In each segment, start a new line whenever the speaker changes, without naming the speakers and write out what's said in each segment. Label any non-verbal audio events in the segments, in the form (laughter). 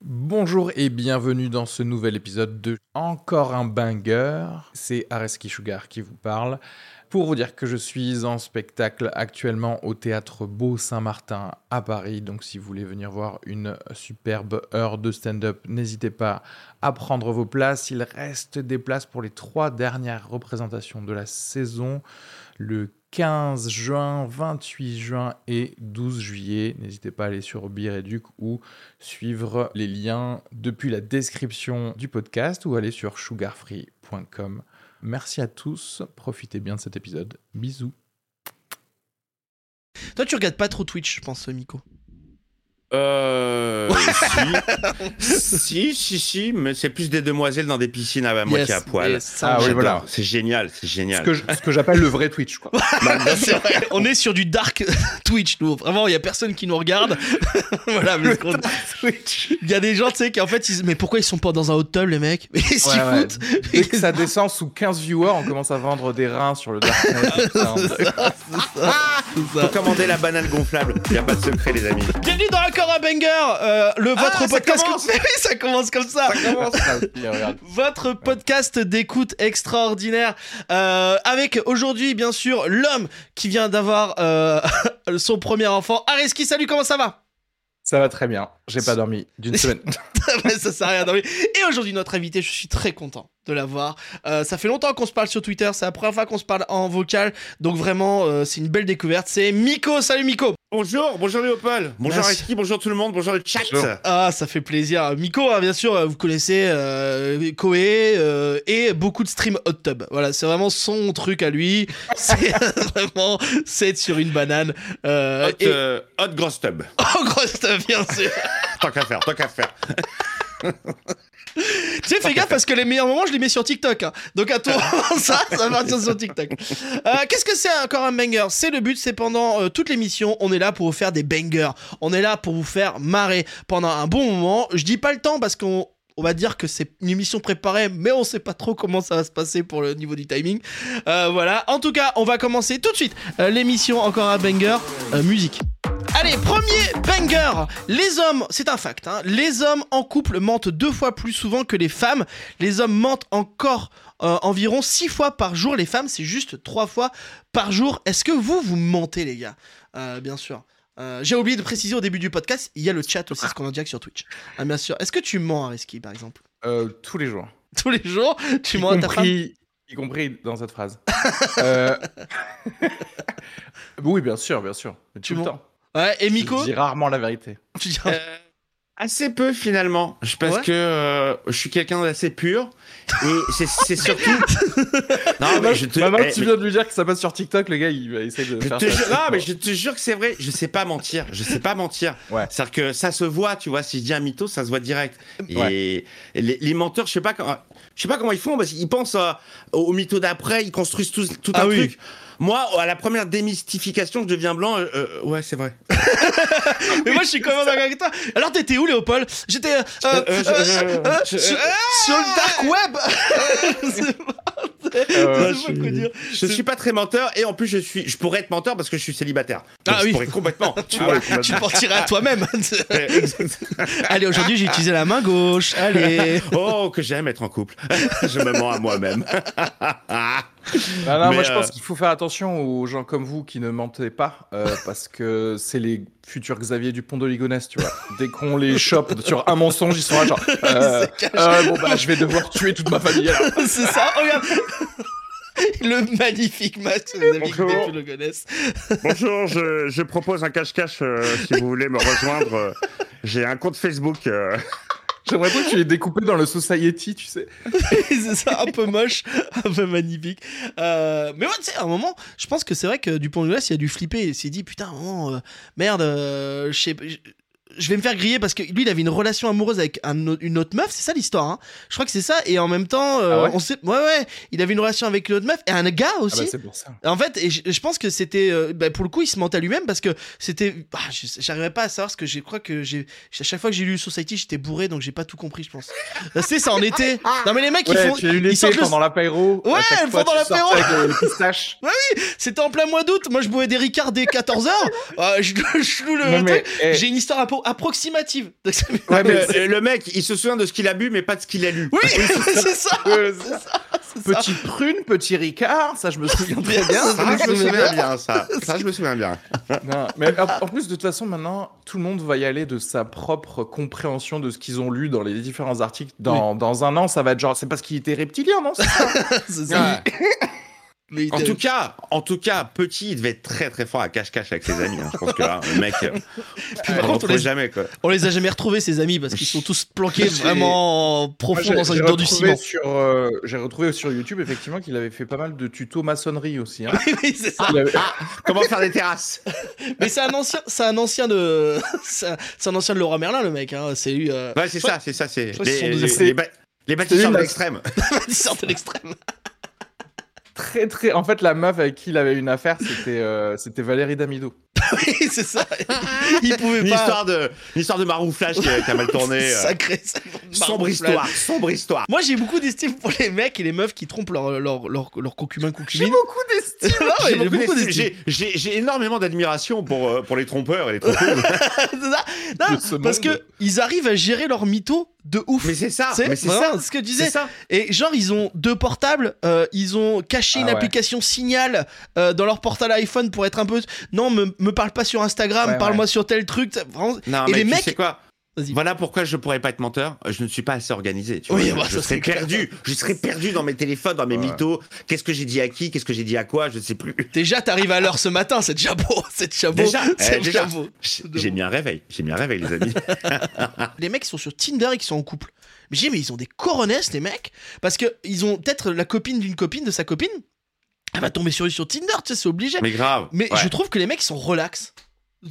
Bonjour et bienvenue dans ce nouvel épisode de Encore un banger. C'est Areski Sugar qui vous parle. Pour vous dire que je suis en spectacle actuellement au théâtre Beau Saint-Martin à Paris. Donc si vous voulez venir voir une superbe heure de stand-up, n'hésitez pas à prendre vos places. Il reste des places pour les trois dernières représentations de la saison. Le 15 juin, 28 juin et 12 juillet. N'hésitez pas à aller sur Bireduc ou suivre les liens depuis la description du podcast ou aller sur sugarfree.com. Merci à tous, profitez bien de cet épisode. Bisous.
Toi, tu regardes pas trop Twitch, je pense, Miko.
(laughs)
Euh. si. si, si, si, mais c'est plus des demoiselles dans des piscines à moitié à poil.
mais ça,
Ah oui,
J'adore.
voilà.
C'est génial, c'est
Ce
génial.
que, je- ce que j'appelle le vrai Twitch,
(laughs)
quoi.
Bah, bien
C'est
sûr.
vrai, on est sur du dark (laughs) Twitch, nous. Vraiment, il y a personne qui nous regarde. (laughs) voilà, mais qu'on-
Twitch.
il y a des gens, tu sais, qui en fait, ils se- mais pourquoi ils sont pas dans un hot tub, les mecs (laughs) Mais ils s'y
Ouais, ouais.
foutent.
Dès que ça descend sous 15 viewers, on commence à vendre des reins sur le darknet. et tout ça.
C'est
Faut
ça.
commander la banane gonflable. Y a pas de secret, les amis.
Bienvenue dans encore un banger, euh, le votre
ça
podcast.
commence.
Mais (laughs) oui, ça commence comme (laughs) ça.
Ça commence, ça aussi, regarde.
Votre podcast d'écoute extraordinaire euh, avec aujourd'hui bien sûr l'homme qui vient d'avoir euh, (laughs) son premier enfant. Areski, salut, comment ça va
Ça va très bien. J'ai pas dormi d'une
(laughs)
semaine.
Ouais, ça sert à rien d'en parler. Et aujourd'hui, notre invité, je suis très content de l'avoir. Euh, ça fait longtemps qu'on se parle sur Twitter, c'est la première fois qu'on se parle en vocal, donc vraiment, euh, c'est une belle découverte. C'est Miko, salut Miko
Bonjour, bonjour Léopold. Bonjour
Merci.
Ariski, bonjour tout le monde, bonjour le chat. Euh,
Bonjour.
Ah, ça fait plaisir. Miko, hein, bien sûr, euh, vous connaissez euh, Koé euh, et beaucoup de streams hot tub. Voilà, c'est vraiment son truc à lui. C'est (laughs) vraiment, c'est être sur une banane. Euh,
Hot,
et...
euh, hot grosse tub.
Oh, grosse tub, bien sûr.
Tant qu'à faire, tant qu'à faire.
Tu sais, fais gaffe parce que les meilleurs moments, je les mets sur TikTok. hein. Donc à toi, (laughs) ça, ça va partir sur TikTok. Euh, Qu'est-ce que c'est encore un banger C'est le but, c'est pendant euh, toute l'émission, on est là pour vous faire des bangers. On est là pour vous faire marrer pendant un bon moment. Je dis pas le temps parce qu'on. On va dire que c'est une émission préparée, mais on sait pas trop comment ça va se passer pour le niveau du timing. Euh, voilà. En tout cas, on va commencer tout de suite euh, l'émission encore un banger euh, musique. Allez, premier banger Les hommes, c'est un fact, hein, les hommes en couple mentent deux fois plus souvent que les femmes. Les hommes mentent encore euh, environ six fois par jour. Les femmes, c'est juste trois fois par jour. Est-ce que vous, vous mentez, les gars Euh, Bien sûr. Euh, J'ai oublié de préciser au début du podcast, il y a le chat aussi, ce qu'on a en direct sur Twitch. Ah, bien sûr. Est-ce que tu mens à Reski, par exemple (laughs)
Euh, tous les jours.
Tous les jours, tu
y
mens à ta femme
compris, y compris dans cette phrase. Euh, (laughs) oui, bien sûr, bien sûr. Mais
Tu
tout le
mens.
temps.
Ouais, et
Je
Miko
dis rarement la vérité.
tu dis-
Euh, assez peu finalement. Je pense
Ouais.
que euh, je suis quelqu'un d'assez pur. Et c'est-
(laughs)
c'est surtout. non, mais je te.
Maman,
eh,
Bah, tu
mais-
viens de lui dire que ça passe sur TikTok, le gars, il va essayer de
Je
faire
te
ça.
(laughs) jure, non, mais je te jure que c'est vrai. Je sais pas mentir. Je sais pas mentir.
(laughs) Ouais.
C'est-à-dire que ça se voit, tu vois. Si je dis un mytho, ça se voit direct. Et
Ouais.
et les, les menteurs, je sais pas quand, je sais pas comment ils font parce qu'ils pensent euh, au mytho d'après. Ils construisent tout, tout
Ah
un
oui.
truc. Moi, à la première démystification, je deviens blanc. euh, euh, ouais, c'est vrai.
(laughs) Mais moi, je suis quand même d'accord avec toi. Alors, t'étais où, Léopold J'étais euh, euh,
euh, je-
euh,
je-
euh,
je-
sur, sur le dark web. Je sais pas,
Euh,
(laughs) je sais pas quoi dire.
Je suis pas très menteur et en plus je suis, je pourrais être menteur parce que je suis célibataire.
Ah
je
oui.
(laughs)
pourrais complètement. Tu
Ah
vois.
ouais, tu vas-
Tu partirais à toi-même.
Euh,
(laughs) Allez, aujourd'hui, j'ai utilisé la main gauche. Allez.
(laughs) oh que j'aime être en couple. (laughs) je me mens à moi-même.
Ah non, moi,
Mais,
je
euh,
pense qu'il faut faire attention aux gens comme vous qui ne mentez pas, euh, (laughs) parce que c'est les futurs Xavier Dupont de Ligonnès, tu vois. Dès qu'on les chope sur un mensonge, ils sont là genre. euh, euh, bon, bah, je vais devoir tuer toute ma famille. alors.
(laughs) C'est ça. Oh, regarde. Le magnifique match de David
Bonjour.
Beckham, le connaissent.
Bonjour, je, je propose un cache-cache euh, si vous voulez me rejoindre. euh, J'ai un compte Facebook. euh.
J'aimerais bien que tu les découpé dans le Society, tu sais.
(laughs) c'est ça, un peu moche, un peu magnifique. Euh, mais ouais, tu sais, à un moment, je pense que c'est vrai que Dupont de il a dû flipper. Il s'est dit, putain, à un moment, euh, merde, euh, je sais pas, je- Je vais me faire griller parce que lui, il avait une relation amoureuse avec un au- une autre meuf, c'est ça l'histoire. hein. Je crois que c'est ça. Et en même temps, euh,
Ah ouais
on sait, ouais, ouais, il avait une relation avec une autre meuf et un gars
Ah
aussi.
bah, c'est pour ça.
En fait, et je, je pense que c'était, euh, bah, pour le coup, il se mentait à lui-même parce que c'était, ah, je- j'arrivais pas à savoir ce que j'ai, je crois que j'ai, à chaque fois que j'ai lu Society, j'étais bourré, donc j'ai pas tout compris, je pense. tu sais, ça en été. Non mais les mecs,
Ouais,
ils font,
tu as eu
ils
l'été
sortent le-
pendant l'apéro.
Ouais,
à chaque
elles
fois,
font dans
tu sortais
l'apéro.
Avec euh, le pistache.
c'était en plein mois d'août. Moi, Ah, je bois des Ricard dès 14 h je, je loue le
Non, mais,
truc.
eh,
J'ai une histoire à, po- approximative. (laughs)
Ouais, mais euh, le mec, il se souvient de ce qu'il a bu, mais pas de ce qu'il a lu.
Ah,
Oui, c'est ça.
Euh,
C'est ça. (laughs) c'est ça.
petit prune, petit Ricard, ça je me
(laughs)
souviens très bien.
Ah,
Ça, je me souviens bien, ça. Ça, je me souviens bien.
Non, mais en,
Ah.
en plus, de toute façon, maintenant, tout le monde va y aller de sa propre compréhension de ce qu'ils ont lu dans les différents articles. Dans, dans un an, ça va être genre, c'est parce qu'il était reptilien, non c'est ça
C'est ça. (laughs) Mais il
En
t'a-
tout cas, en tout cas, petit, il devait être très très fort à cache-cache avec ses amis. hein. Je pense que là, le mec, euh, on
par
le
contre,
retrouve
on les-
jamais quoi.
On les a jamais retrouvés, ces amis, parce qu'ils sont tous planqués
J'ai-
vraiment
Moi,
profond
j'ai-
dans, un-
j'ai
dans du
retrouvé
ciment.
sur, euh, J'ai retrouvé sur YouTube, effectivement, qu'il avait fait pas mal de tutos maçonnerie aussi. hein.
(laughs) Oui, oui, c'est ça.
Il avait-
Comment faire des terrasses
Mais c'est un ancien, c'est un ancien de, (laughs) c'est un, c'est un ancien de Laura Merlin, le mec. Hein. C'est lui,
(laughs)
euh,
Ouais, c'est
Ouais.
ça, c'est ça, c'est
Ouais, ce sont
les,
des-
les,
c'est-
les, ba- les bâtisseurs
une-
de l'extrême.
il sort de l'extrême.
très, très... En fait, la meuf avec qui il avait une affaire, c'était euh, c'était Valérie Damido.
Oui, c'est
(laughs)
ça. Il pouvait
Une
pas.
histoire de, une histoire de Marouflage qui, a- qui a mal
(laughs)
tourné. euh,
Sacré,
sombre histoire, sombre histoire.
Moi, j'ai beaucoup d'estime pour les mecs et les meufs qui trompent leur, leur, leur, leur concubin, concubine.
beaucoup d'estime
(laughs) Non, mais
J'ai
j'ai
beaucoup
beaucoup
d'estime.
d'estime.
J'ai j'ai- j'ai énormément d'admiration pour, euh, pour les trompeurs et
(laughs)
les trompeuses. (laughs)
Non,
De ce
parce
monde.
que ils arrivent à gérer leur mytho de ouf.
mais c'est ça,
Tu sais,
mais c'est
vraiment,
ça.
ce que je disais.
C'est ça.
Et genre, ils ont deux portables, euh, ils ont caché
Ah
une
ouais.
application Signal euh, dans leur portable iPhone pour être un peu. Non, me, me parle pas sur Instagram,
Ouais,
parle-moi sur tel truc. ça- Vraiment...
Non,
Et
mais
les
tu
mecs-
sais quoi
Vas-y.
Voilà pourquoi je pourrais pas être menteur. Je ne suis pas assez organisé. Tu vois.
Oui,
je,
bah,
je
ça,
serais
c'est clair.
perdu. Je serais perdu dans mes téléphones, dans mes
Ouais.
mythos. Qu'est-ce que j'ai dit à qui Qu'est-ce que j'ai dit à quoi Je ne sais plus.
Déjà, t'arrives à l'heure ce matin, c'est déjà beau, (laughs) c'est déjà beau.
Déjà,
c'est
eh, déjà.
beau.
J'ai mis un réveil. J'ai mis un réveil,
(laughs)
les amis.
Les mecs qui sont sur Tinder et qui sont en couple. Mais j'ai dit, mais ils ont des coronesses, les mecs. Parce que ils ont peut-être la copine d'une copine de sa copine. Elle va tomber sur lui sur Tinder, tu sais, c'est obligé. Mais,
mais grave. Ouais.
je trouve que les mecs ils sont relax. Tu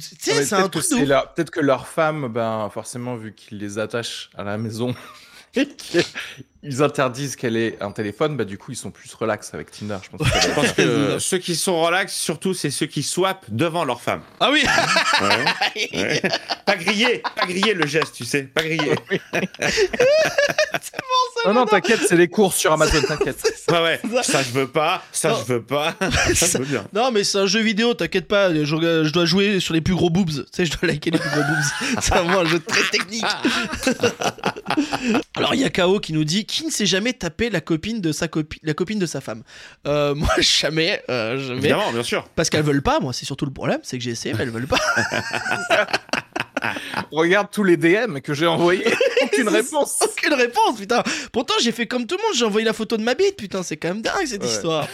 Ah, mais
sais, c'est
peut-être
un
que
truc de
c'est
ouf.
leur- Peut-être que leur femme, ben, forcément, vu qu'ils les attachent à la maison (laughs) et qu'ils interdisent qu'elle ait un téléphone, bah, du coup, ils sont plus relax avec Tinder, je pense.
(laughs)
que ça
Je
doit
pense
être
que euh, ceux qui sont relax, surtout, c'est ceux qui swappent devant leur
(laughs)
femme.
Ah oui,
Ouais. Pas griller, pas griller le geste, tu sais, pas griller.
ça. non, non, t'inquiète, c'est les courses
(laughs)
sur Amazon, t'inquiète.
Ouais, ouais. Ça, je veux pas, ça,
Non.
je veux pas, ça, je veux bien.
Non, mais c'est un jeu vidéo, t'inquiète pas, je, je dois jouer sur les plus gros boobs. (laughs) Tu sais, je dois liker les plus gros boobs. (laughs) c'est vraiment un jeu très technique. Alors, il y a KO qui nous dit Qui ne s'est jamais tapé la copine de sa, copi- la copine de sa femme Euh, Moi, (laughs) jamais, euh, jamais.
Évidemment, bien sûr.
Parce qu'elles veulent pas, moi, c'est surtout le problème, c'est que j'ai essayé, mais elles veulent pas. (laughs)
Regarde tous les DM que j'ai
(laughs)
envoyés, aucune réponse.
Aucune réponse, putain. Pourtant, j'ai fait comme tout le monde, j'ai envoyé la photo de ma bite, putain, c'est quand même dingue cette
Ouais.
histoire.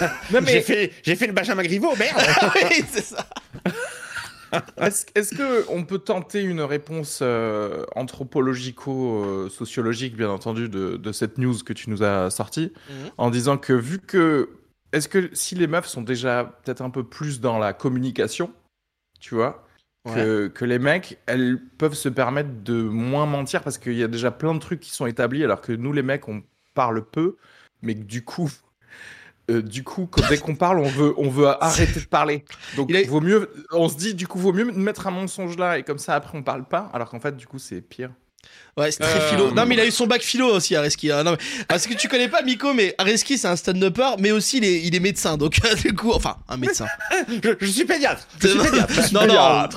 Non,
J'ai
mais
fait, j'ai fait le Benjamin Griveaux, merde.
(laughs) Ah oui, c'est ça.
est-ce est-ce que on peut tenter une réponse euh, anthropologico-sociologique, bien entendu, de, de cette news que tu nous as sortie,
Mhm.
en disant que vu que. Est-ce que si les meufs sont déjà peut-être un peu plus dans la communication, tu vois, que, que les mecs, elles peuvent se permettre de moins mentir parce qu'il y a déjà plein de trucs qui sont établis alors que nous les mecs on parle peu mais que du coup euh, du coup quand- dès qu'on parle on veut on veut arrêter de parler donc
Il a-
vaut mieux on se dit du coup vaut mieux mettre un mensonge là et comme ça après on parle pas alors qu'en fait du coup c'est pire
Ouais, c'est très
Euh,
philo. Non, mais il a eu son bac philo aussi, Areski. hein. Non, mais- Parce que tu connais pas Miko, mais Areski, c'est un stand-upper, mais aussi il est, il est médecin. Donc, (laughs) du coup, enfin, un médecin.
Je, je suis pédiatre. Je suis pédiatre.
non, (laughs) non,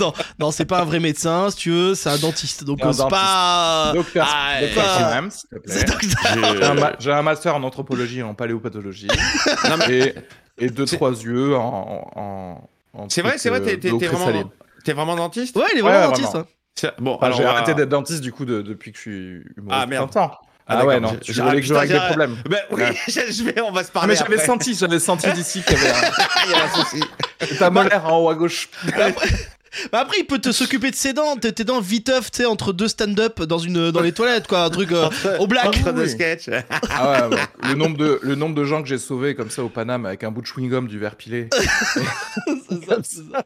non, non, c'est pas un vrai médecin, si tu veux, c'est un dentiste. Donc,
Un
ose
dentiste.
pas.
docteur
ah,
docteur
bah.
Simon, s'il te plaît.
C'est docteur.
j'ai un,
Je-
ma- j'ai un master en anthropologie et en paléopathologie
(laughs) Non,
et, et deux
C'est-
trois yeux en, en, en
C'est vrai,
truc,
c'est vrai,
euh,
t'es, t'es-
d'eau
t'es
présalée.
vraiment, t'es vraiment dentiste
Ouais, il est
Ouais,
vraiment
ouais,
dentiste.
vraiment.
hein.
C'est- Bon,
Enfin,
alors.
j'ai
on va-
arrêté d'être dentiste du coup de- depuis que je suis humoriste.
Ah, merde.
depuis longtemps. Ah,
d'accord,
ouais, non.
j'ai-
Je
j'ai-
voulais
ah,
que je
putain,
règle
j'ai-
des problèmes.
Ben oui,
Ouais.
(laughs) je vais, on va se
Ah,
parler.
mais j'avais
après.
senti, j'avais senti d'ici qu'il y avait
(laughs)
un, il y avait un souci. Ta molaire en haut à gauche.
Bah, après, il peut te s'occuper de ses dents. T'es t'es dans viteuf, tu sais, entre deux stand-up dans, une, dans les toilettes, quoi. Un truc euh, au black. (laughs)
Entre deux
Oui.
sketchs.
Ah ouais, ouais. Le, nombre de, le nombre de gens que j'ai sauvés comme ça au Paname avec un bout de chewing-gum du verre pilé.
C'est ça, c'est ça.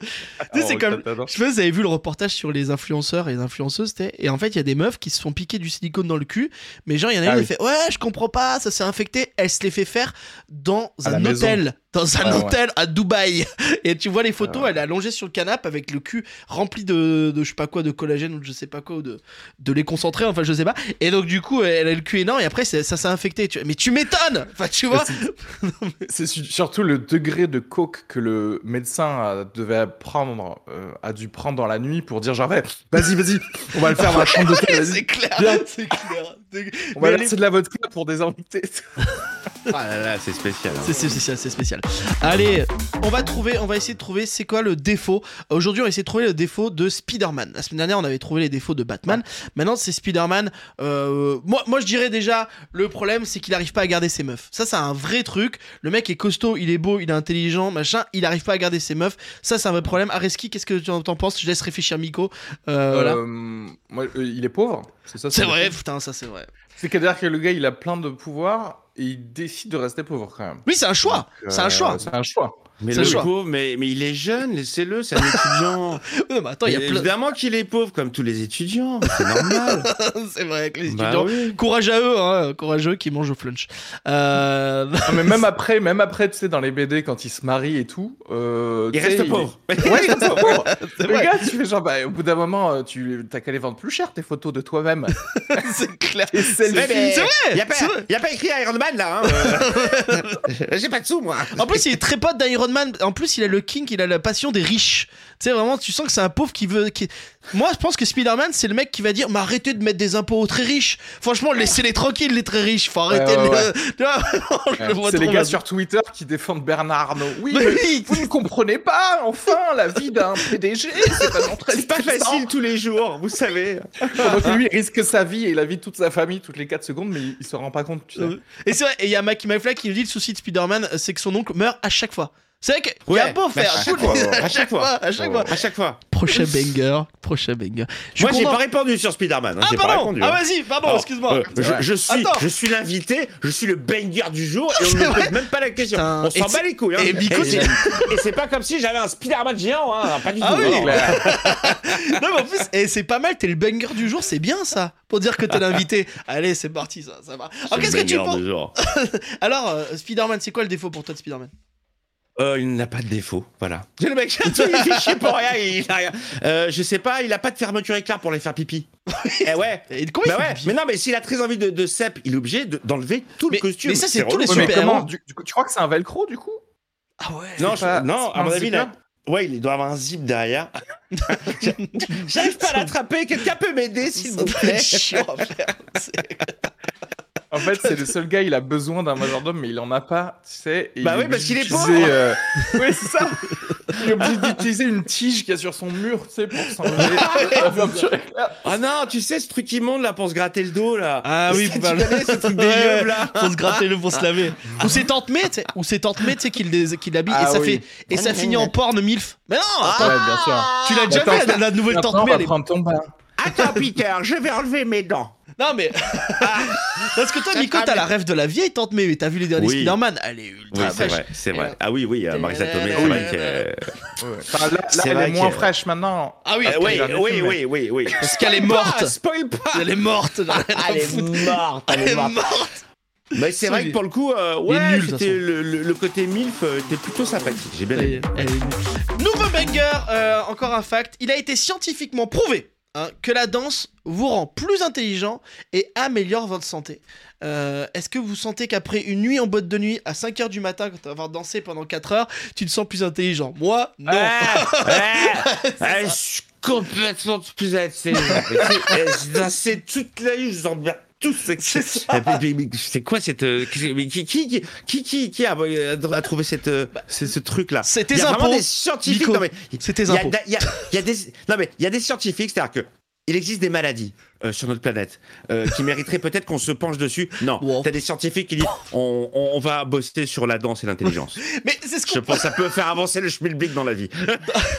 Tu sais, c'est
Oh,
comme-
t'adores.
Je sais pas si vous avez vu le reportage sur les influenceurs et les influenceuses, t'sais, et en fait, il y a des meufs qui se font piquer du silicone dans le cul, mais genre, il y en a
Ah
une qui
oui.
fait Ouais, je comprends pas, ça s'est infecté, elle se les fait faire dans
À la
un
maison.
hôtel. dans un
Ah ouais.
hôtel à Dubaï. (laughs) Et tu vois les photos,
Ah ouais.
elle est allongée sur le canapé avec le cul rempli de, de je sais pas quoi, de collagène ou de je sais pas quoi, ou de, de les concentrer, enfin je sais pas. Et donc du coup, elle a le cul énorme et après c'est- ça s'est infecté. Tu- Mais tu m'étonnes Enfin tu vois
(laughs) C'est su- surtout le degré de coke que le médecin a, devait prendre, euh, a dû prendre dans la nuit pour dire genre, Ouais, vas-y, vas-y, on va le faire dans la
(laughs)
chambre d'hôtel, vas-y.
C'est clair,
Bien.
(laughs) c'est clair. C'est-
On va
Mais
lancer de la vodka pour désinfecter.
Ah là là, c'est spécial. hein.
C'est c'est spécial, c'est spécial. Allez, on va trouver, on va essayer de trouver c'est quoi le défaut. Aujourd'hui, on va essayer de trouver le défaut de Spider-Man. La semaine dernière, on avait trouvé les défauts de Batman. Maintenant, c'est Spider-Man. Euh, moi, moi, je dirais déjà, le problème, c'est qu'il arrive pas à garder ses meufs. Ça, c'est un vrai truc. Le mec est costaud, il est beau, il est intelligent, machin. Il arrive pas à garder ses meufs. Ça, c'est un vrai problème. Areski, qu'est-ce que tu en t'en penses Je laisse réfléchir Miko. Euh, (laughs) voilà.
Euh, moi, euh, il est pauvre, c'est ça
C'est
le
vrai,
truc.
putain, ça, c'est vrai.
C'est qu'à dire que le gars, il a plein de pouvoir et il décide de rester pauvre quand même.
Oui, c'est un choix. C'est un
Euh,
choix.
C'est un choix.
Mais
C'est le
le
choix.
pauvre, mais, mais il est jeune, laissez-le, c'est un étudiant.
(laughs) Non, mais attends, il y a
Mais
plein.
Évidemment qu'il est pauvre, comme tous les étudiants, c'est normal.
c'est vrai, avec les
Bah
étudiants.
oui.
Courage à eux, hein, courage à eux qui mangent au flunch. Euh, (laughs)
Ah, mais même après, même après, tu sais, dans les BD, quand il se marie et tout, euh,
Il
tu sais,
reste pauvre.
Ouais, il reste pauvre.
c'est
Le
vrai,
gars, tu fais genre, bah, au bout d'un moment, euh, tu t'as qu'à les vendre plus cher tes photos de
(laughs)
toi-même.
c'est clair.
Et celle
Ouais, mais
C'est vrai,
y a pas,
c'est vrai.
y a pas écrit Iron Man là. hein,
(laughs)
euh. J'ai pas de sous moi.
En plus, il est très pote d'Iron Man. En plus, il a le king, il a la passion des riches. Tu sais, vraiment, tu sens que c'est un pauvre qui veut. qui- Moi, je pense que Spider-Man, c'est le mec qui va dire Mais arrêtez de mettre des impôts aux très riches. Franchement, laissez-les tranquilles, les très riches. Faut arrêter
Ouais, ouais,
de.
ouais.
(laughs) Tu vois, vraiment, (laughs) je le vois
C'est les
trop
gars
mal.
sur Twitter qui défendent Bernard Arnault. Oui,
Mais
mais
oui,
vous ne comprenez pas, enfin, la vie d'un PDG, c'est vraiment très
C'est pas
stressant.
facile tous les jours, vous savez.
Pendant que lui, il risque sa vie et la vie de toute sa famille toutes les 4 secondes, mais il, il se rend pas compte, tu sais.
Euh, Et c'est vrai, et il y a Mackie McFly qui nous dit Le souci de Spider-Man, c'est que son oncle meurt à chaque fois. C'est vrai qu'il y a
Ouais,
beau
mais à
faire.
chaque fois, ouais,
(laughs) à chaque fois, à chaque fois.
À chaque fois.
Prochain banger, prochain banger. Je suis
moi, j'ai
content.
pas répondu sur Spider-Man. hein,
Ah
j'ai pas
pardon,
répondu.
ah
hein.
vas-y, pardon,
Alors,
excuse-moi.
euh, je,
Ouais.
je suis,
Attends.
je suis l'invité, je suis le banger du jour et
(laughs)
on
C'est
ne me
vrai.
pose même pas la question.
Putain.
On
Et
s'en
c'est-
bat les couilles. hein.
et Bico,
c'est-
c'est-
et c'est pas comme si j'avais un Spider-Man géant, hein, pas du
Ah
tout.
oui.
non.
non mais en plus, eh, c'est pas mal, t'es le banger du jour, c'est bien ça. Pour dire que t'es
(laughs)
l'invité. Allez, c'est parti ça, ça va. Alors qu'est-ce que tu penses Alors euh, Spider-Man, c'est quoi le défaut pour toi de Spider-Man
Euh, il n'a pas de défaut,
(laughs)
voilà. C'est le mec, il fait chier pour rien, il a rien. Euh, je sais pas, il a pas de fermeture éclair pour les faire pipi. eh ouais.
Et comment il
Bah
fait
ouais,
pipi
mais non, mais s'il a très envie de, de cep, il est obligé de- d'enlever tout
Mais-
le costume.
mais ça, c'est tous
relou.
les
Ouais, mais
super-héros.
comment du, du coup, Tu crois que c'est un velcro, du coup
Ah ouais.
Non,
C'est
je-
pas-
non,
c'est pas
à mon
un
avis, il a-
zipper
ouais, il doit avoir un
(laughs)
zip derrière. J'arrive pas à l'attraper, quelqu'un peut m'aider, s'il (laughs) vous plaît.
C'est chiant à faire. C'est-
En fait, c'est
(laughs)
le seul gars, il a besoin d'un majordome, mais il en a pas, tu sais. et
Bah
il
oui, parce qu'il
obligé
est pauvre.
d'utiliser,
(laughs)
euh, Oui, c'est ça Il est obligé d'utiliser une tige qu'il y a sur son mur, tu sais, pour
(laughs)
s'enlever (laughs) la fermeture éclair.
Ah non, tu sais, ce truc immonde là pour se gratter le dos là.
(laughs) Ah oui,
tu
pas mal.
connais ce truc
(laughs)
des
Ouais,
yeux là.
Faut se gratter le, faut se laver.
(laughs)
Ou c'est Tante May, tu sais, ou c'est Tante May, tu sais, qui le dés- qui l'habille et
Ah
ça
oui.
fait et ça finit en porn milf. Mais non,
Ah,
attends,
Ouais, bien sûr.
tu l'as déjà
Attends,
fait la, la nouvelle Tante
Maintenant, on
May.
va
elle est-
prendre hein. ton bain.
Attends, Peter, je vais enlever mes dents.
Non
(laughs)
mais parce que toi,
Ça
Miko, t'as
permet-
la rêve de la vieille Tante May, mais t'as vu les derniers
Oui.
Spider-Man, elle est ultra fraîche.
c'est
vrai.
Ah oui, oui,
Marisa Tomei, c'est vrai
Euh,
que-
Ouais. Enfin, là, là,
C'est
elle
vrai
est moins
que-
fraîche maintenant.
Ah oui,
Euh, oui,
Attends,
oui,
mais-
oui, oui, oui.
parce qu'elle est morte.
Spoil pas.
Ah, Elle est morte. j'en ai rien à
Ah, Elle est
foutre.
morte, elle est morte. Mais c'est vrai
Il est-
que pour le coup, euh,
Il est
ouais,
nul, de toute
c'était le, le- le côté MILF euh, était plutôt sympathique. J'ai bien
Elle
aimé.
est- elle est- Nouveau banger, euh, encore un fact. Il a été scientifiquement prouvé hein, que la danse vous rend plus intelligent et améliore votre santé. Euh, Est-ce que vous sentez qu'après une nuit en boîte de nuit à 5h du matin, quand avoir dansé pendant 4 heures, tu te sens plus intelligent Moi, non.
Ah. (laughs) Ouais, ouais, ouais, je suis complètement plus attiré. (laughs) euh, Je dansais toute la nuit, je vous emmerde tous.
C'est ça.
Eh, mais- mais- mais C'est quoi cette. euh, mais Qui, qui, qui, qui, qui- qui a, a trouvé cette, euh, ce, ce truc-là
C'est
Il
tes
y a
impôts.
vraiment des scientifiques.
Nico,
non, mais,
C'est tes
il y a-
impôts.
il y a- il y a des, non, mais il y a des scientifiques, c'est-à-dire que. Il existe des maladies euh, sur notre planète euh, qui mériteraient peut-être qu'on se penche dessus. Non,
Wow.
t'as des scientifiques qui disent on, on- on va bosser sur la danse et l'intelligence.
Mais c'est ce
Je
qu'on
pense que ça peut faire avancer le schmilblick dans la vie.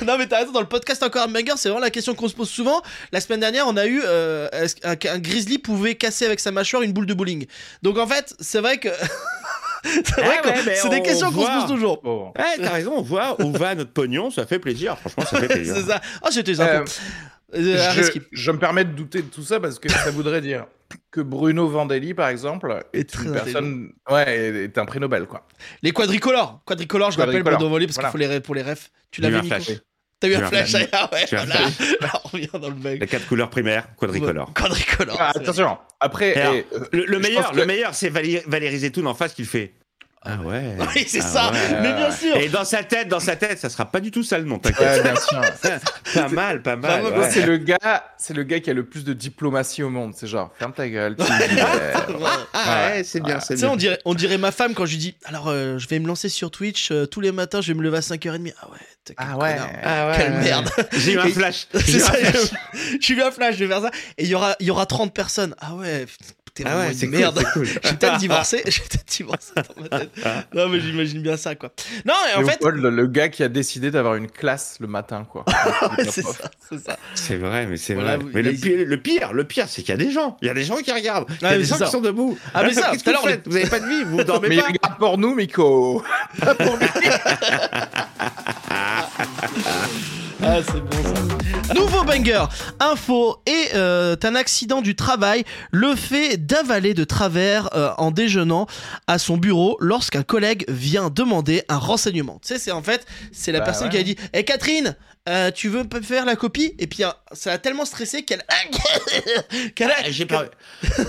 Non mais t'as raison, dans le podcast encore un banger, c'est vraiment la question qu'on se pose souvent. La semaine dernière, on a eu euh, est-ce qu'un un grizzly pouvait casser avec sa mâchoire une boule de bowling. Donc en fait, c'est vrai que (laughs) c'est vrai
Ah
que
ouais,
Eh,
(laughs)
mais
c'est des
on
questions qu'on se
voit.
pose toujours.
Bon.
Ouais, t'as raison, on voit où va notre pognon, ça fait plaisir. Franchement, ça fait plaisir.
(laughs) c'est ça. Ah c'était
Euh,
un
je, je me permets de douter de tout ça parce que ça voudrait dire que Bruno Vandelli, par exemple,
Est
est,
très
une personne, ouais, est- est un prix Nobel, quoi.
Les quadricolores. Quadricolores, je rappelle
Quadricolores,
Bordeaux Volley parce
voilà.
qu'il faut les, pour les refs. Tu
J'ai eu
l'avais
un
mis.
flash.
T'as eu
J'ai
un
eu un
flash,
flash.
ah ouais,
J'ai eu un
voilà. Là, (laughs) on revient dans le
Les
mec.
quatre couleurs primaires, quadricolore.
Quadricolore.
Ah,
c'est-
attention. Après,
Et alors,
eh, euh,
Le, le
Je
meilleur,
pense
le
que-
meilleur, c'est Valérie, Valérie Zetoun en face qui le fait. Ah ouais.
(laughs) Oui, c'est
Ah
ça.
ouais.
Mais bien sûr.
Et dans sa tête, dans sa tête, ça sera pas du tout ça le nom. T'inquiète.
ouais, bien (laughs) sûr.
(laughs)
pas mal, pas mal.
Vraiment,
ouais.
C'est le gars, c'est le gars qui a le plus de diplomatie au monde. C'est genre, ferme ta gueule. tu me dis, euh,
Ah ouais, c'est bien, c'est
Tu sais,
bien.
on dirait, on dirait ma femme quand je lui dis Alors, euh, je vais me lancer sur Twitch euh, tous les matins, je vais me lever à 5h30. Ah ouais, t'es quel
Ah ouais.
connard.
Ah ouais,
Quelle
ouais.
merde.
(laughs)
(laughs)
J'ai eu un
Et-
flash. J'ai eu
C'est
un
ça,
flash.
je, je suis bien flash, je vais faire ça. Et il y aura, il y aura 30 personnes. Ah ouais, putain, t'es
Ah
vraiment
ouais,
une
c'est cool, (laughs)
merde.
c'est cool.
J'ai peut-être (laughs) divorcé, j'ai peut-être divorcé dans ma tête. Non, mais j'imagine bien ça, quoi. Non, et Euh, en fait,
Léopold, le gars qui a décidé d'avoir une classe le matin, quoi.
c'est ça, (laughs) c'est ça.
Ah, C'est vrai, mais c'est
Voilà,
vrai.
vous-
Mais le
les-
pire, le pire, le pire, c'est qu'il y a des gens. Il y a des gens qui regardent. Il y
Ah,
a
mais
des
c'est
gens
ça.
qui sont debout.
Ah, mais ça,
Qu'est-ce
tout à
que
l'heure,
vous faites Vous avez pas de vie, vous dormez
Mais il
pas.
regarde pour nous, Miko.
Ah, c'est bon ça. Nouveau banger, info et euh, un accident du travail, le fait d'avaler de travers euh, en déjeunant à son bureau lorsqu'un collègue vient demander un renseignement. Tu sais, c'est en fait, c'est la
Bah
personne
ouais.
qui a dit Eh Catherine, euh, tu veux me faire la copie Et puis euh, ça l'a tellement stressé qu'elle. qu'elle a- (laughs)
Ah, J'ai pas,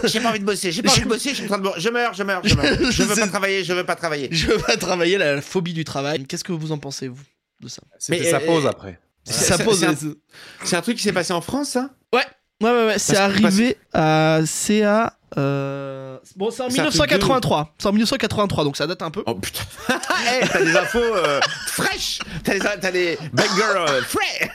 j'ai pas envie (laughs) de bosser, j'ai pas envie de bosser, je suis en train de mourir. Je meurs, je meurs,
(laughs)
je meurs. Je veux
C'est-
pas travailler, je veux pas travailler.
Je veux pas travailler la phobie du travail. Qu'est-ce que vous en pensez, vous
C'était
Mais,
sa
euh,
pause après.
(laughs) Ça
c'est-
pose.
c'est un- C'est un truc qui s'est passé en France, ça
Ouais, ouais, ouais, c'est
Parce-
arrivé à. C'est à. euh, Bon, c'est en
C'est un truc de
1983. C'est en 1983, donc ça date un peu.
Oh putain. (laughs) Eh, t'as des infos euh, fraîches. T'as des, t'as des bangers euh, frais.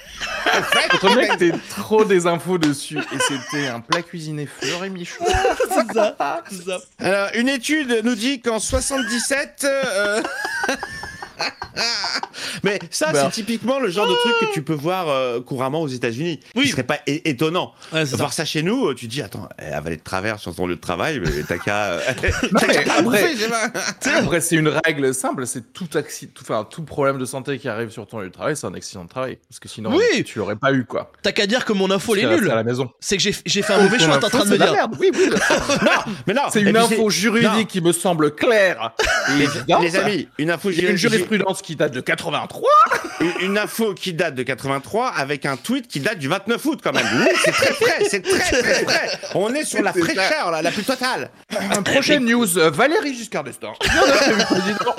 Frais.
Votre (laughs) mec était trop des infos dessus et c'était un plat cuisiné fleur et michou.
c'est ça. C'est ça.
Alors, une étude nous dit qu'en 77. euh, (laughs) Mais ça,
Bah.
c'est typiquement le genre de truc que tu peux voir euh, couramment aux États-Unis.
Oui.
Ce serait pas é- étonnant.
Ouais, c'est ça.
Voir ça chez nous, euh, tu te dis, attends, elle avaler de travers sur ton lieu de travail, mais t'as
(laughs)
qu'à. euh,
Non,
t'as
mais
qu'à pas
après,
bouffer, c'est pas-
après, c'est une règle simple c'est tout, acci- tout, enfin, tout problème de santé qui arrive sur ton lieu de travail, c'est un accident de travail. Parce que sinon,
Oui.
tu l'aurais pas eu, quoi.
T'as qu'à dire que mon info, elle
Tu
est
serais resté
nulle.
à la maison.
C'est que j'ai j'ai fait un
(laughs)
mauvais
Ton
choix, t'es en
info,
train de
c'est
me
de la
dire.
merde, oui, oui.
Non, mais non.
C'est
Et
une
puis
info juridique
Non.
qui me semble claire. et évidente.
Les amis, une info
Il y a une
ju- ju-
jurisprudence qui date de 83.
Une- Une info qui date de 83 avec un tweet qui date du 29 août quand même. Oui, c'est très frais, c'est très très frais. On est sur la
C'est ça.
fraîcheur là, la plus totale.
Prochaine news, euh, Valérie Giscard d'Estaing. Bien entendu, président.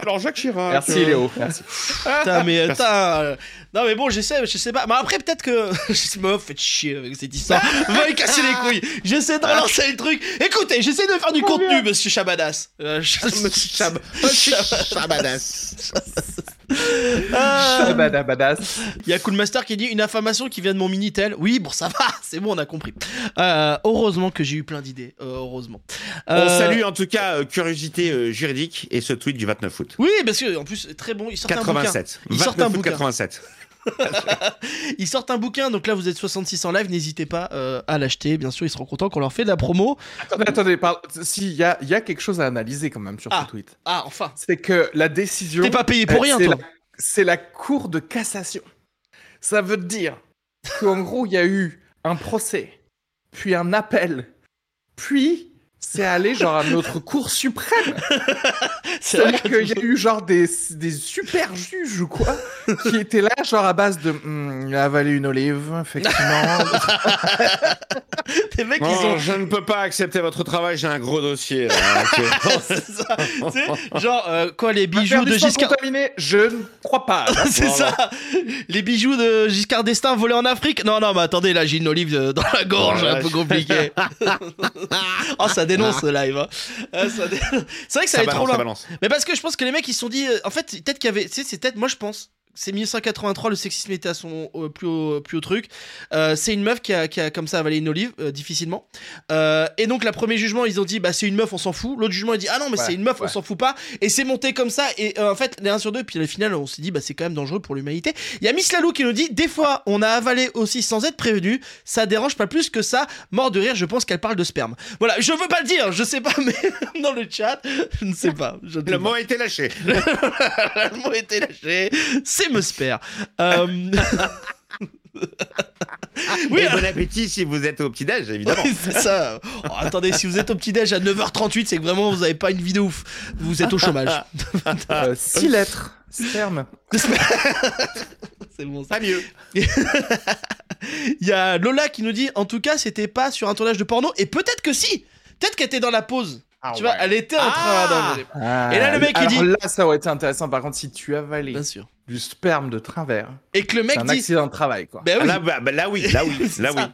Alors Jacques Chirac. euh,
Merci Léo, merci.
Putain, mais euh, putain, euh, Non, mais bon, j'essaie, je sais pas. Mais après, peut-être que. (laughs) je me fais chier avec cette histoire. Va me casser les couilles. J'essaie de relancer le truc. Écoutez, j'essaie de faire du contenu, monsieur Chabadas. Euh, (laughs) je-
Monsieur Chab- Monsieur Chabadas.
Ah.
Shabadabadass.
Il y a Coolmaster qui dit une affamation qui vient de mon Minitel. Oui, bon, ça va, (laughs) c'est bon, on a compris. Euh, heureusement que j'ai eu plein d'idées. euh, heureusement.
On
Euh,
salue en tout cas euh, curiosité euh, juridique et ce tweet du 29 août.
Oui, parce que en plus, très bon, il sort un bouquin.
87.
Il sort un
29 août
bouquin.
87.
Ils sortent un bouquin, donc là vous êtes 66 en live, n'hésitez pas euh, à l'acheter, bien sûr, ils seront contents qu'on leur fait de la promo.
Attendez, attendez, pardon. Si, il y a, il y a quelque chose à analyser quand même sur
Ah.
ce tweet.
Ah, enfin
C'est que la décision.
T'es pas payé pour
euh,
rien,
c'est
toi
la- C'est la Cour de cassation. Ça veut dire qu'en gros, il y a eu un procès, puis un appel, puis c'est allé genre à notre Cour suprême.
(laughs) C'est vrai
C'est-à-dire qu'il y a eu genre des, des super juges ou quoi qui étaient là, genre à base de Hmm, il a avalé une olive, effectivement.
(laughs) que les mecs, ils
Oh,
ont.
je ne peux pas accepter votre travail, j'ai un gros dossier. là. hein, (laughs) Ok.
(laughs) c'est ça, tu sais, genre, euh, quoi, les
Faire
bijoux
du
de
sang
Giscard.
contaminé, je ne crois pas.
(laughs) C'est ça Les bijoux de Giscard d'Estaing volés en Afrique Non, non, mais attendez, là j'ai une olive euh, dans la gorge,
Oh la
un peu
vache.
compliqué. (laughs) oh, ça dénonce ce live. hein. Euh, ça dé- (laughs) C'est vrai que ça,
Ça
allait trop
balance,
loin.
ça balance.
Mais parce que je pense que les mecs ils se sont dit. euh, en fait, peut-être qu'il y avait. Tu sais, c'est peut-être. Moi je pense. C'est 1983, le sexisme était à son au- plus, haut, plus haut truc. Euh, c'est une meuf qui a, qui a comme ça avalé une olive, euh, difficilement. Euh, et donc, le premier jugement, ils ont dit, bah c'est une meuf, on s'en fout. L'autre jugement, il dit, ah non, mais
Ouais,
c'est une meuf, on
ouais.
s'en fout pas. Et c'est monté comme ça. Et euh, en fait, les 1 sur 2, puis à la finale, on s'est dit, bah c'est quand même dangereux pour l'humanité. Il y a Miss Lalou qui nous dit, des fois, on a avalé aussi sans être prévenu. Ça dérange pas plus que ça. Mort de rire, je pense qu'elle parle de sperme. Voilà, je veux pas le dire, je sais pas, (laughs) mais dans le chat, je ne sais pas. Je ne sais
Le
pas.
mot a été lâché. Ah,
(laughs) Le mot était lâché. C'est Meusper. Euh, Oui,
Et
alors-
bon appétit si vous êtes au petit-déj, évidemment.
Oui, c'est ça. Oh, attendez, si vous êtes au petit-déj à 9h38, c'est que vraiment vous n'avez pas une vie de ouf. Vous êtes au
(laughs)
chômage.
Euh, six lettres. Stern.
c'est bon ça.
(laughs) Pas mieux.
Il y a Lola qui nous dit en tout cas, c'était pas sur un tournage de porno. Et peut-être que si Peut-être qu'elle était dans la pause. tu vois, elle était en train.
Ah
d'enlever. Et là, le mec, il
alors
dit-
Là, ça aurait été intéressant. Par contre, si tu avalais
Bien sûr.
du sperme de travers,
Et que le
c'est
mec
un
dit.
accident de travail, quoi.
Ben oui.
Là, bah, bah, là oui, là oui,
C'est
là oui.
ça.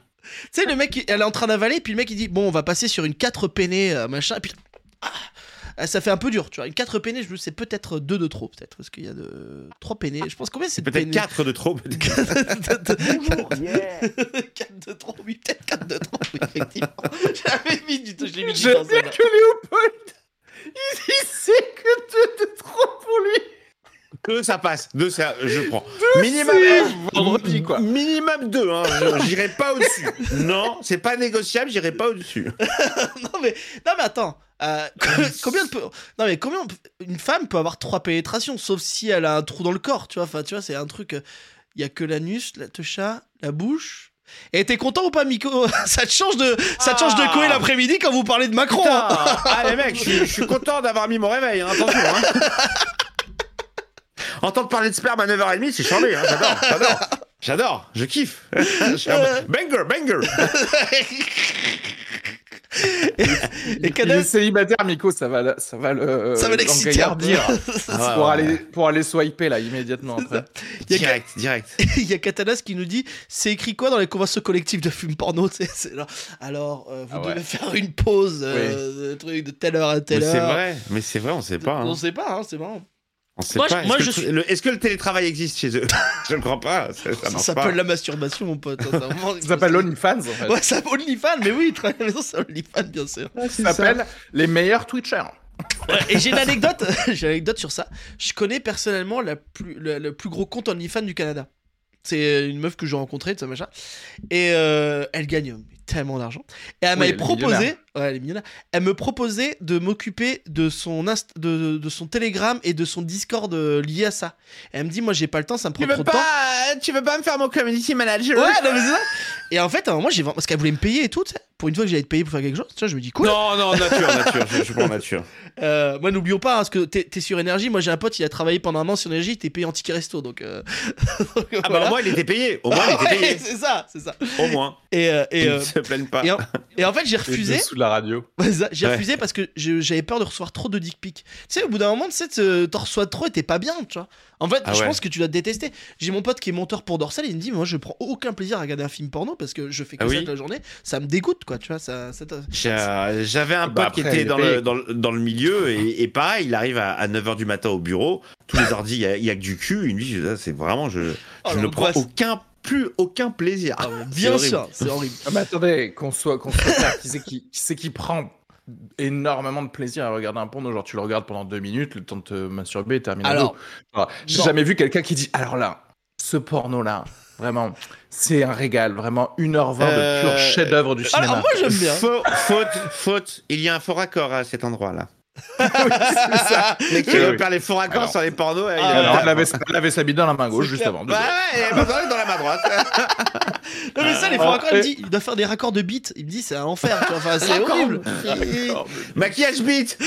Tu sais, le mec, il- elle est en train d'avaler, puis le mec il dit Bon, on va passer sur une 4 peinée, euh, machin. Et puis, ah, ça fait un peu dur, tu vois. Une 4 peinée, je me- c'est peut-être 2 de trop, peut-être, parce qu'il y a de... 3 peinées. Je pense combien c'est de
Peut-être
peinées
4 de trop. peut-être.
(laughs) 4 de trop, oui, peut-être 4 de trop, oui, effectivement. (laughs) J'avais mis du tout, je l'ai mis du
Je
temps,
sais
celle-là.
que
(laughs)
Léopold, il, il sait que tu es trop pour lui.
Que ça passe. Deux, ça, je prends.
Minimum,
eh,
vendredi, quoi.
Minimum 2, hein. Je- J'irai pas au-dessus. Non, c'est pas négociable, j'irai pas au-dessus.
Non, mais, non, mais attends. (laughs) euh, combien de peu- non mais combien on peut- une femme peut avoir trois pénétrations sauf si elle a un trou dans le corps tu vois enfin tu vois c'est un truc il y a que l'anus la techa la bouche et t'es content ou pas Miko (laughs) ça te change de ça te change de
Ah.
Koé l'après-midi quand vous parlez de Macron
Putain,
hein.
ah les mecs, je suis- je suis content d'avoir mis mon réveil, hein, attention. Hein. (laughs) Entendre parler de sperme à 9h30, c'est charmé, hein, j'adore, j'adore. J'adore, je kiffe. Je suis un Banger, (laughs) banger.
(laughs) et
Il
Kadhafi-
est célibataire, Miko, ça va, le- ça va le. euh,
ça va l'exciter un peu.
l'engaillardir.
Ah,
pour,
ouais,
aller, pour aller swiper là immédiatement après.
Y a-
Direct, direct.
(laughs) Il y a Katanas qui nous dit c'est écrit quoi dans les conventions collectives de film porno Tu sais, c'est genre, Alors, euh, vous
Ah ouais.
devez faire une pause, euh, de truc de telle heure à
Mais
telle
c'est
heure.
vrai, mais c'est vrai, on sait pas. hein.
On sait pas, hein, c'est marrant.
On sait
Moi, je-
pas. Est-ce
moi,
que,
je
le,
suis-
le- est-ce que le télétravail existe chez eux (laughs) Je ne crois pas. Ça, ça
Ça
marche
s'appelle
pas.
la masturbation, mon pote. hein,
(laughs)
c'est vraiment-
Ça s'appelle OnlyFans en fait.
Ouais, ça OnlyFans, mais oui, tu as raison, c'est OnlyFans, bien sûr.
ça s'appelle les meilleurs Twitchers.
Euh, Et j'ai une anecdote, (laughs) j'ai une anecdote sur ça. Je connais personnellement la plus, le, le plus gros compte OnlyFans du Canada. C'est euh, une meuf que j'ai rencontrée, de ça machin. Et euh, elle gagne mais tellement d'argent. Et elle
Oui,
m'avait
elle est
proposé,
millionnaire.
ouais, elle est millionnaire. Elle me proposait de m'occuper de son inst- de, de- de son Telegram et de son Discord euh, lié à ça. Et elle me dit, moi j'ai pas le temps, ça me prend trop de temps.
tu veux pas me faire mon community manager
Ouais, non, mais c'est ça. Et en fait, à un moment, j'ai vend- parce qu'elle voulait me payer et tout. tu sais. Pour une fois que j'allais être payé pour faire quelque chose, tu vois, je me dis cool.
Non, non, nature, nature. Je, je prends nature.
Euh, moi, n'oublions pas, hein, parce que t'es t'es sur énergie. Moi, j'ai un pote, il a travaillé pendant un an sur énergie, il était payé en ticket resto, donc. euh, (laughs) donc,
Ah bah
voilà.
au moins il était payé. Au moins il était
Ouais, (laughs)
payé.
c'est ça, c'est ça.
(laughs) Au moins.
Et, euh, et,
Ils
euh,
ne se plaignent pas.
et en, et en fait, j'ai refusé. (laughs)
Dessous de la radio.
Ouais, ça, J'ai
Ouais.
refusé parce que je- j'avais peur de recevoir trop de dick pics. Tu sais, au bout d'un moment, tu sais, te- t'en reçois trop et t'es pas bien, tu vois. En fait,
Ah
je
ouais.
pense que tu dois te détester. J'ai mon pote qui est monteur pour Dorsal, il me dit Moi, je prends aucun plaisir à regarder un film porno parce que je fais que
Ah
ça
oui.
toute la journée. Ça me dégoûte, quoi, tu vois. Ça, ça te-
J'ai- J'avais un pote
Bah,
qui
après,
était
il est
dans
payé.
le, dans, le, dans le milieu et, et pareil, il arrive à, 9h du matin au bureau, tous les ordis, il y a- il y, a que du cul, il me dit, Ah, c'est vraiment, je,
Oh,
je ne prends
l'angoisse.
aucun, plus aucun plaisir.
Ah, mais
C'est
bien
horrible.
sûr, c'est
(laughs)
horrible.
Ah, mais attendez, qu'on soit, qu'on soit clair, qui c'est qui, qui, c'est qui prend énormément de plaisir à regarder un porno Genre, tu le regardes pendant deux minutes, le temps de te masturber, termine. à
Alors,
dos. Genre, j'ai
genre-
jamais vu quelqu'un qui dit Alors là, ce porno-là, vraiment, c'est un régal, vraiment 1h20
Euh,
de pur chef-d'œuvre du cinéma.
Alors, moi, j'aime
(laughs)
bien.
Faux- faute, faute, il y a un faux raccord à cet
(laughs)
endroit-là. Les qui
Oui, oui.
repèrent les faux raccords
Alors.
sur les pornos, euh, il y
Ah,
a-
Alors, elle avait, elle avait sa bite dans la main gauche
C'est
juste
clair.
avant.
Bah
désolé.
ouais, il y a pas besoin d'être dans la main droite.
Non mais ça les
Ah,
fois encore il me
et-
dit il doit faire des raccords de beat il me dit c'est un enfer tu vois, enfin c'est
Raccord.
horrible.
maquillage bite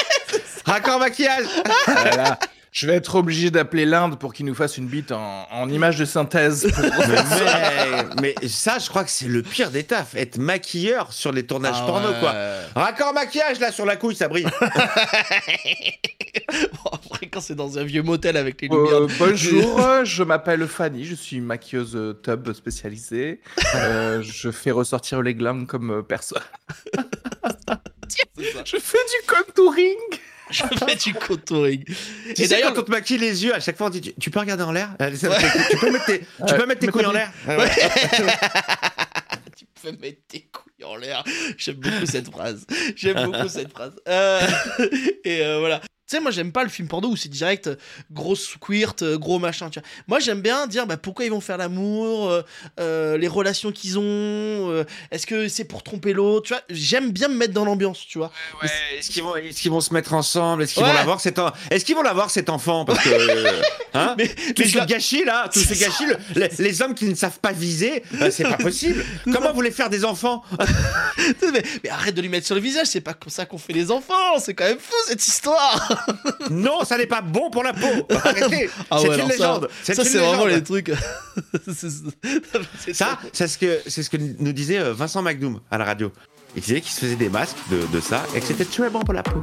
(laughs)
Raccord maquillage
Voilà. Ah Je vais être obligé d'appeler l'Inde pour qu'il nous fasse une bite en, en image de synthèse. pour-
(laughs)
(laughs)
mais, mais ça, je crois que c'est le pire des tafs, être maquilleur sur les tournages Ah,
Ah
porno, quoi.
euh,
Raccord maquillage, là, sur la couille, ça brille.
(laughs) Bon, après quand c'est dans un vieux motel avec les lumières.
Euh, bonjour, euh, (laughs) je m'appelle Fanny, je suis maquilleuse euh, tub spécialisée.
(laughs)
Euh, je fais ressortir les glandes comme euh, personne. (laughs)
c'est ça.
Je fais du contouring.
Je fais du contouring.
Tu
(laughs) Et
sais,
d'ailleurs
quand on te maquille les yeux, à chaque fois, on dit Tu, tu peux regarder en l'air Euh, ça- Tu peux mettre tes, tu peux
Ouais,
mettre tes
mets
couilles
ta
en l'air Ouais, ouais.
le- tu peux mettre tes couilles en l'air. J'aime beaucoup cette phrase. J'aime beaucoup cette phrase. Euh, (laughs) Et euh, voilà. Tu sais, moi, j'aime pas le film porno où c'est direct euh, gros squirt, euh, gros machin, tu vois. Moi, j'aime bien dire bah, pourquoi ils vont faire l'amour, euh, euh, les relations qu'ils ont, euh, est-ce que c'est pour tromper l'autre, tu vois. J'aime bien me mettre dans l'ambiance, tu vois.
Ouais, est-ce qu'ils vont, est-ce qu'ils vont se mettre ensemble Est-ce qu'ils
Ouais.
vont l'avoir cet en- Est-ce qu'ils vont l'avoir cet enfant Parce
(laughs)
que euh, hein
Mais,
tout
mais je
ce
la-
gâchis là, tout ce
C'est ça.
gâchis, le- les, les hommes qui ne savent pas viser, euh, c'est pas
(laughs)
possible. Comment voulez faire des enfants
mais, mais arrête de lui mettre sur le visage, c'est pas comme ça qu'on fait les enfants, c'est quand même fou cette histoire.
Non, ça n'est pas bon pour
(laughs)
la peau. Arrêtez.
Ah
c'est
ouais,
une
alors ça-
légende.
Ça,
une
c'est vraiment
légende.
les trucs. (laughs) C'est- c'est-
Ça, c'est ce que c'est ce que nous disait euh, Vincent McDoom à la radio. Il disait qu'il se faisait des masques de, de ça et que c'était très bon pour la peau.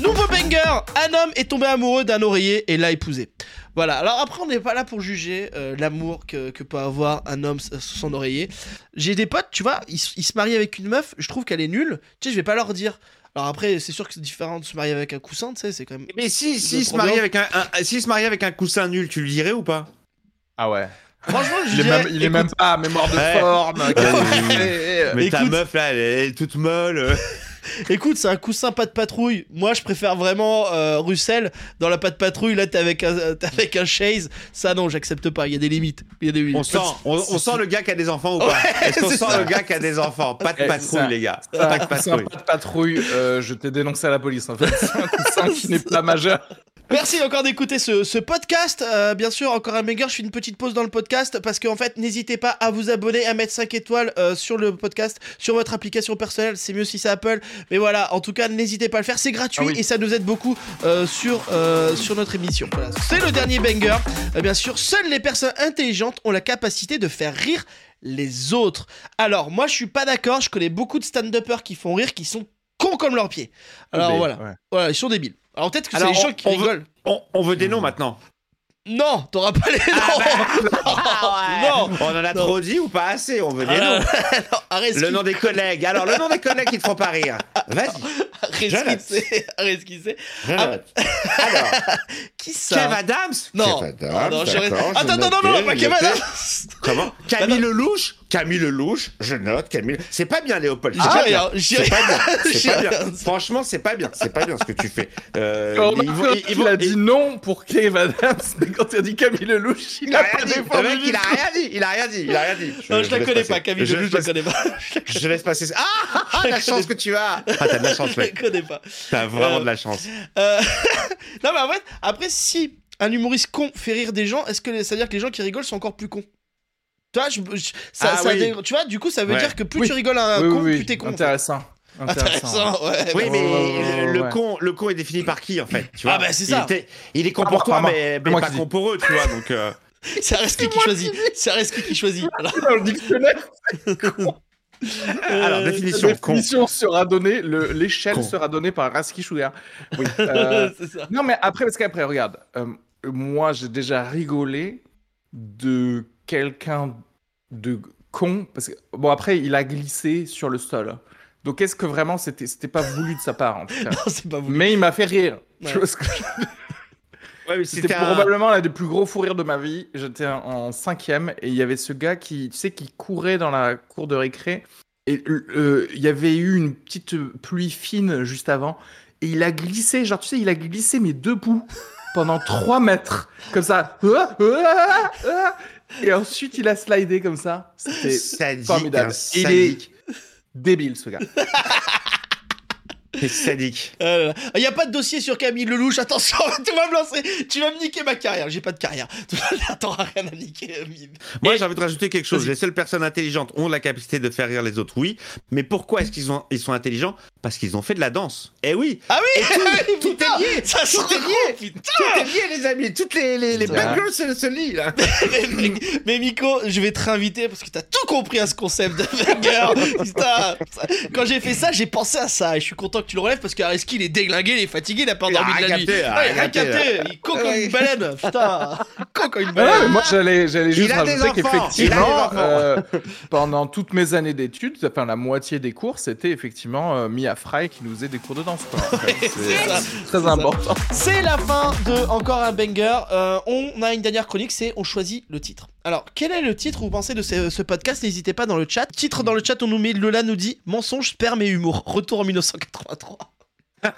Nouveau banger Un homme est tombé amoureux d'un oreiller et l'a épousé. Voilà, alors après on n'est pas là pour juger euh, l'amour que, que peut avoir un homme s- sous son oreiller. J'ai des potes, tu vois, ils, s- ils se marient avec une meuf, je trouve qu'elle est nulle, tu sais, je vais pas leur dire. Alors après, c'est sûr que c'est différent de se marier avec un coussin, tu sais, c'est quand même...
Mais Eh si,
De
si se
trop
mariait
bien.
avec un, un- si se mariait avec un coussin nul, tu le dirais ou pas
Ah ouais.
Franchement, je
Il est,
dirais,
même, il est même pas à mémoire de
Ouais.
forme.
Ouais.
Euh,
Mais ta
Écoute-
meuf là, elle est, elle est toute molle. euh.
Écoute, c'est un coussin pas de patrouille. Moi, je préfère vraiment euh, Russell dans la pas de patrouille. Là, t'es avec un, t'es avec un chaise. Ça, non, j'accepte pas. Il y a des limites. Il y a des limites.
On sent, on, on sent le gars qui a des enfants ou pas Est-ce qu'on
c'est
sent
ça.
le gars qui a des enfants Pas de
Eh,
patrouille,
ça.
les gars. Pas
(laughs) C'est
de
un
patrouille.
pas de patrouille, euh, je t'ai dénoncé à la police en fait. C'est un coussin qui n'est pas
(laughs)
majeur.
Merci encore d'écouter ce, ce podcast. Euh, bien sûr, encore un banger. Je fais une petite pause dans le podcast parce qu'en fait, n'hésitez pas à vous abonner, à mettre 5 étoiles euh, sur le podcast, sur votre application personnelle. C'est mieux si c'est Apple. Mais voilà, en tout cas, n'hésitez pas à le faire. C'est gratuit
Ah oui.
et ça nous aide beaucoup euh, sur, euh, sur notre émission. Voilà, c'est le dernier banger. Euh, bien sûr, seules les personnes intelligentes ont la capacité de faire rire les autres. Alors, moi, je suis pas d'accord. Je connais beaucoup de stand-uppers qui font rire, qui sont cons comme leurs pieds. Alors
Mais,
voilà.
ouais.
Voilà, ils sont débiles. Alors peut-être que c'est
Alors,
les gens
on-
qui
on veut-
rigolent.
On, on veut des noms maintenant.
Non, t'auras pas
Ah,
les noms. (laughs)
Non, ah,
non.
on en a
Non.
trop dit ou pas assez On veut des
Ah
noms.
non, (laughs) non, arrête
bah, Le nom des collègues. Alors, le nom des collègues qui te font pas rire. Vas-y.
arrête
je
ce
note.
qui c'est, arrête ce qui c'est.
j'arrête. Alors,
Qui
Kev
ça
Adams
Non.
Kev Adams,
Ah non, je reste-
d'accord, je
Attends, non,
note
non, non,
Kev,
pas
je
Kev
note
Adams.
Comment Camille Lelouch Camille Lelouch, je note Camille. C'est pas bien,
(laughs)
Léopold.
J'ai
C'est pas bien.
rien, j'ai
C'est
rien. (laughs)
pas bien. C'est
J'ai
pas bien.
rien.
Franchement, c'est pas bien. C'est pas bien ce que tu fais. Euh,
Quand
ils vont- ils- ils
il
vont-
a
ils-
dit non pour Kev Adams, (laughs) mais quand il a dit Camille Lelouch, il
Il a
a pas
rien dit. Le
défendu.
mec,
du
il a
tout.
rien dit. Il a rien dit. Il a rien dit.
Non, je la
laisse
connais
passer.
pas, Camille
Je
Lelouch, je la
laisse
connais pas. Je
passer. Je laisse passer. Ah, ah, ah, la chance que
(laughs)
tu as. Ah, t'as de la chance,
la
mec.
connais pas.
T'as vraiment
Euh,
de la chance.
Euh, (laughs) Non, mais en fait, après, si un humoriste con fait rire des gens, est-ce que les- ça veut dire que les gens qui rigolent sont encore plus cons tu vois, je- je- ça-
Ah
ça
oui.
dé- tu vois, du coup, ça veut
Ouais.
dire que plus
Oui.
tu rigoles à un
Oui,
con,
oui,
plus t'es con. en fait.
Intéressant. Intéressant.
Intéressant, ouais.
Oui, mais
ouais,
le, le
ouais.
con, le con est défini par qui, en fait tu vois
Ah, bah, c'est
Il
ça. Ah, bah,
était- Il est con
Pas
pour
moi,
toi,
pas moi.
mais,
C'est
mais
moi
pas
qui
con pour eux, tu vois. Donc, euh,
C'est Reski qui choisit. C'est Reski qui choisit. Alors,
(laughs) Dans le dictionnaire,
alors
euh,
définition,
la
con.
définition sera donnée, le- l'échelle
Con.
sera donnée par Raski Sugar. Oui. euh,
(laughs) c'est ça.
non, mais après, parce qu'après, regarde, euh, moi, j'ai déjà rigolé de quelqu'un de con. Parce que, bon, après, il a glissé sur le sol. Donc, est-ce que vraiment, c'était c'était pas voulu de sa part, en tout cas
Non, c'est pas vous.
Mais il m'a fait rire.
Ouais.
Tu vois ce que je-
Ouais, mais
C'était
c'était un-
probablement l'un des plus gros fous rires de ma vie. J'étais en- en cinquième et il y avait ce gars qui, tu sais, qui courait dans la cour de récré. Et euh, il y avait eu une petite pluie fine juste avant. Et il a glissé, genre, tu sais, il a glissé mes deux bouts pendant (laughs) 3 mètres. Comme ça. Et ensuite, il a slidé comme ça. C'était
sadique,
formidable.
un
Il est
sadique.
débile, ce gars.
T'es sadique.
Il n'y Ah, a pas de dossier sur Camille Lelouch. Attention, (laughs) tu vas me lancer. Tu vas me niquer ma carrière. J'ai pas de carrière. (laughs) T'auras rien à niquer. euh, Amine.
Moi,
Et-
j'ai envie de rajouter quelque chose. Les seules personnes intelligentes ont la capacité de faire rire les autres, oui. Mais pourquoi est-ce qu'ils ont... ils sont intelligents Parce qu'ils ont fait de la danse. Eh oui
Ah oui,
Et tout- tout
putain,
est lié.
Ça se
Tout est
recoupe, putain.
Tout est lié, les amis. Toutes les, les, les
Putain.
bangers se, se lient, là.
Mais, mec, mais Miko, je vais te réinviter parce que t'as tout compris à ce concept de (laughs) banger. Putain, ça- quand j'ai fait ça, j'ai pensé à ça et je suis content que tu le relèves parce que Areski il est déglingué, il est fatigué, il a pas
Il a
dormi de
rien
la nuit.
capté, il
Ah,
a
il a
rien
rien
capté,
capté, il coque comme une baleine. (laughs) Putain, coque comme une
Ah non,
baleine.
mais moi j'allais, j'allais juste
Ben, Il a des
rajouter
enfants, il a des
qu'effectivement,
enfants.
euh, (laughs) pendant toutes mes années d'études, enfin la moitié des cours, c'était effectivement euh, Mia Fry qui nous faisait des cours de danse.
(laughs)
quoi. En fait,
c'est ça,
c'est
c'est
très
ça.
important.
C'est la fin de encore un banger. Euh, on a une dernière chronique, c'est on choisit le titre. Alors, quel est le titre vous pensez de ce, ce podcast N'hésitez pas dans le chat. Titre dans le chat, on nous met Lola nous dit mensonge, sperme et humour. Retour en 1983.
(laughs)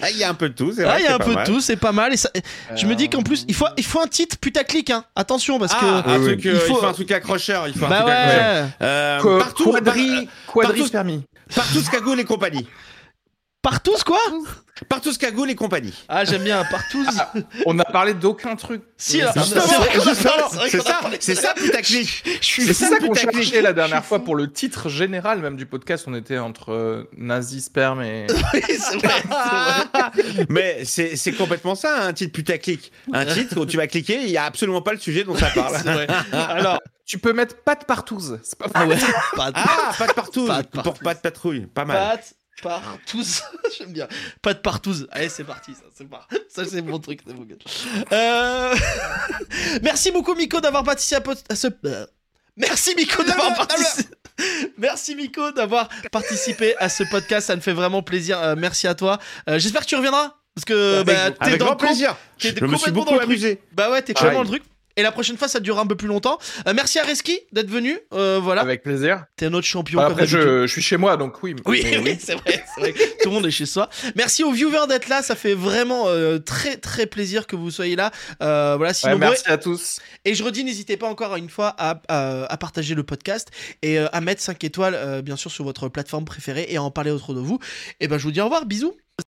Ah, il y a un peu de tout, c'est vrai.
Ah, il y
c'est
a un
pas
peu de
mal.
tout, c'est pas mal. Et ça-
Euh,
Je me dis qu'en plus, il faut, il faut un titre putaclic, hein. Attention, parce
Ah,
que.
Oui,
un
oui.
truc, euh,
Il
il, faut...
faut-
un truc accrocheur, il faut un
Bah
truc accrocheur.
ouais.
Euh,
Quoi-
partout,
quadri, quadri
partout-
permis.
partout Scagoule et compagnie.
Partout, quoi
Partout Scagoule et compagnie.
(laughs) Ah, j'aime bien, partout.
Ah,
On n'a parlé d'aucun truc.
(laughs) si, alors,
Justement,
c'est vrai qu'on a parlé-
justement,
c'est vrai
c'est
qu'on a
ça,
parlé-
c'est (laughs) ça putaclic.
Je suis
C'est
C'est
ça
ça le
qu'on
putaclic.
cherchait la dernière fois pour le titre général même du podcast. On était entre euh, nazi, sperme et. (laughs)
c'est vrai.
Mais c'est c'est complètement ça, un titre putaclic. Un titre où tu vas cliquer, il n'y a absolument pas le sujet dont ça parle.
(laughs) C'est vrai. Alors,
tu peux mettre pas de partouze. C'est pas
ah (laughs) ouais,
Ah, pas de partout,
Pas de
pour pas de patrouille, pas mal.
Pat, partouze, (laughs) j'aime bien. Pat partouze. Allez, c'est parti, ça, c'est par- Ça, c'est mon truc, c'est mon gars. Euh... (laughs) Merci beaucoup, Miko, d'avoir participé à, pot- à ce. euh, Merci, Miko, d'avoir participé. Merci Miko d'avoir participé à ce podcast, ça me fait vraiment plaisir. Euh, merci à toi. Euh, J'espère que tu reviendras parce que
Avec,
bah, t'es
avec
dans
grand
le coup.
plaisir.
t'es
Je me
complètement
suis beaucoup
dans le truc.
amusé.
Bah ouais, t'es
Pareil.
complètement dans le truc. Et la prochaine fois, ça durera un peu plus longtemps. Euh, merci à Reski d'être venu. Euh, voilà,
Avec plaisir.
t'es notre champion.
Bah,
Enfin,
comme
après,
d'habitude.
je, je suis chez moi, donc oui.
Oui,
mais
oui, (laughs) c'est vrai, c'est vrai que tout le monde est chez soi. Merci aux viewers d'être là, ça fait vraiment euh, très très plaisir que vous soyez là. Euh, voilà, si
Ouais,
nombreux.
merci à tous.
Et je redis, n'hésitez pas encore une fois à, à- à partager le podcast et euh, à mettre 5 étoiles, euh, bien sûr, sur votre plateforme préférée et à en parler autour de vous. Et ben, je vous dis au revoir, bisous.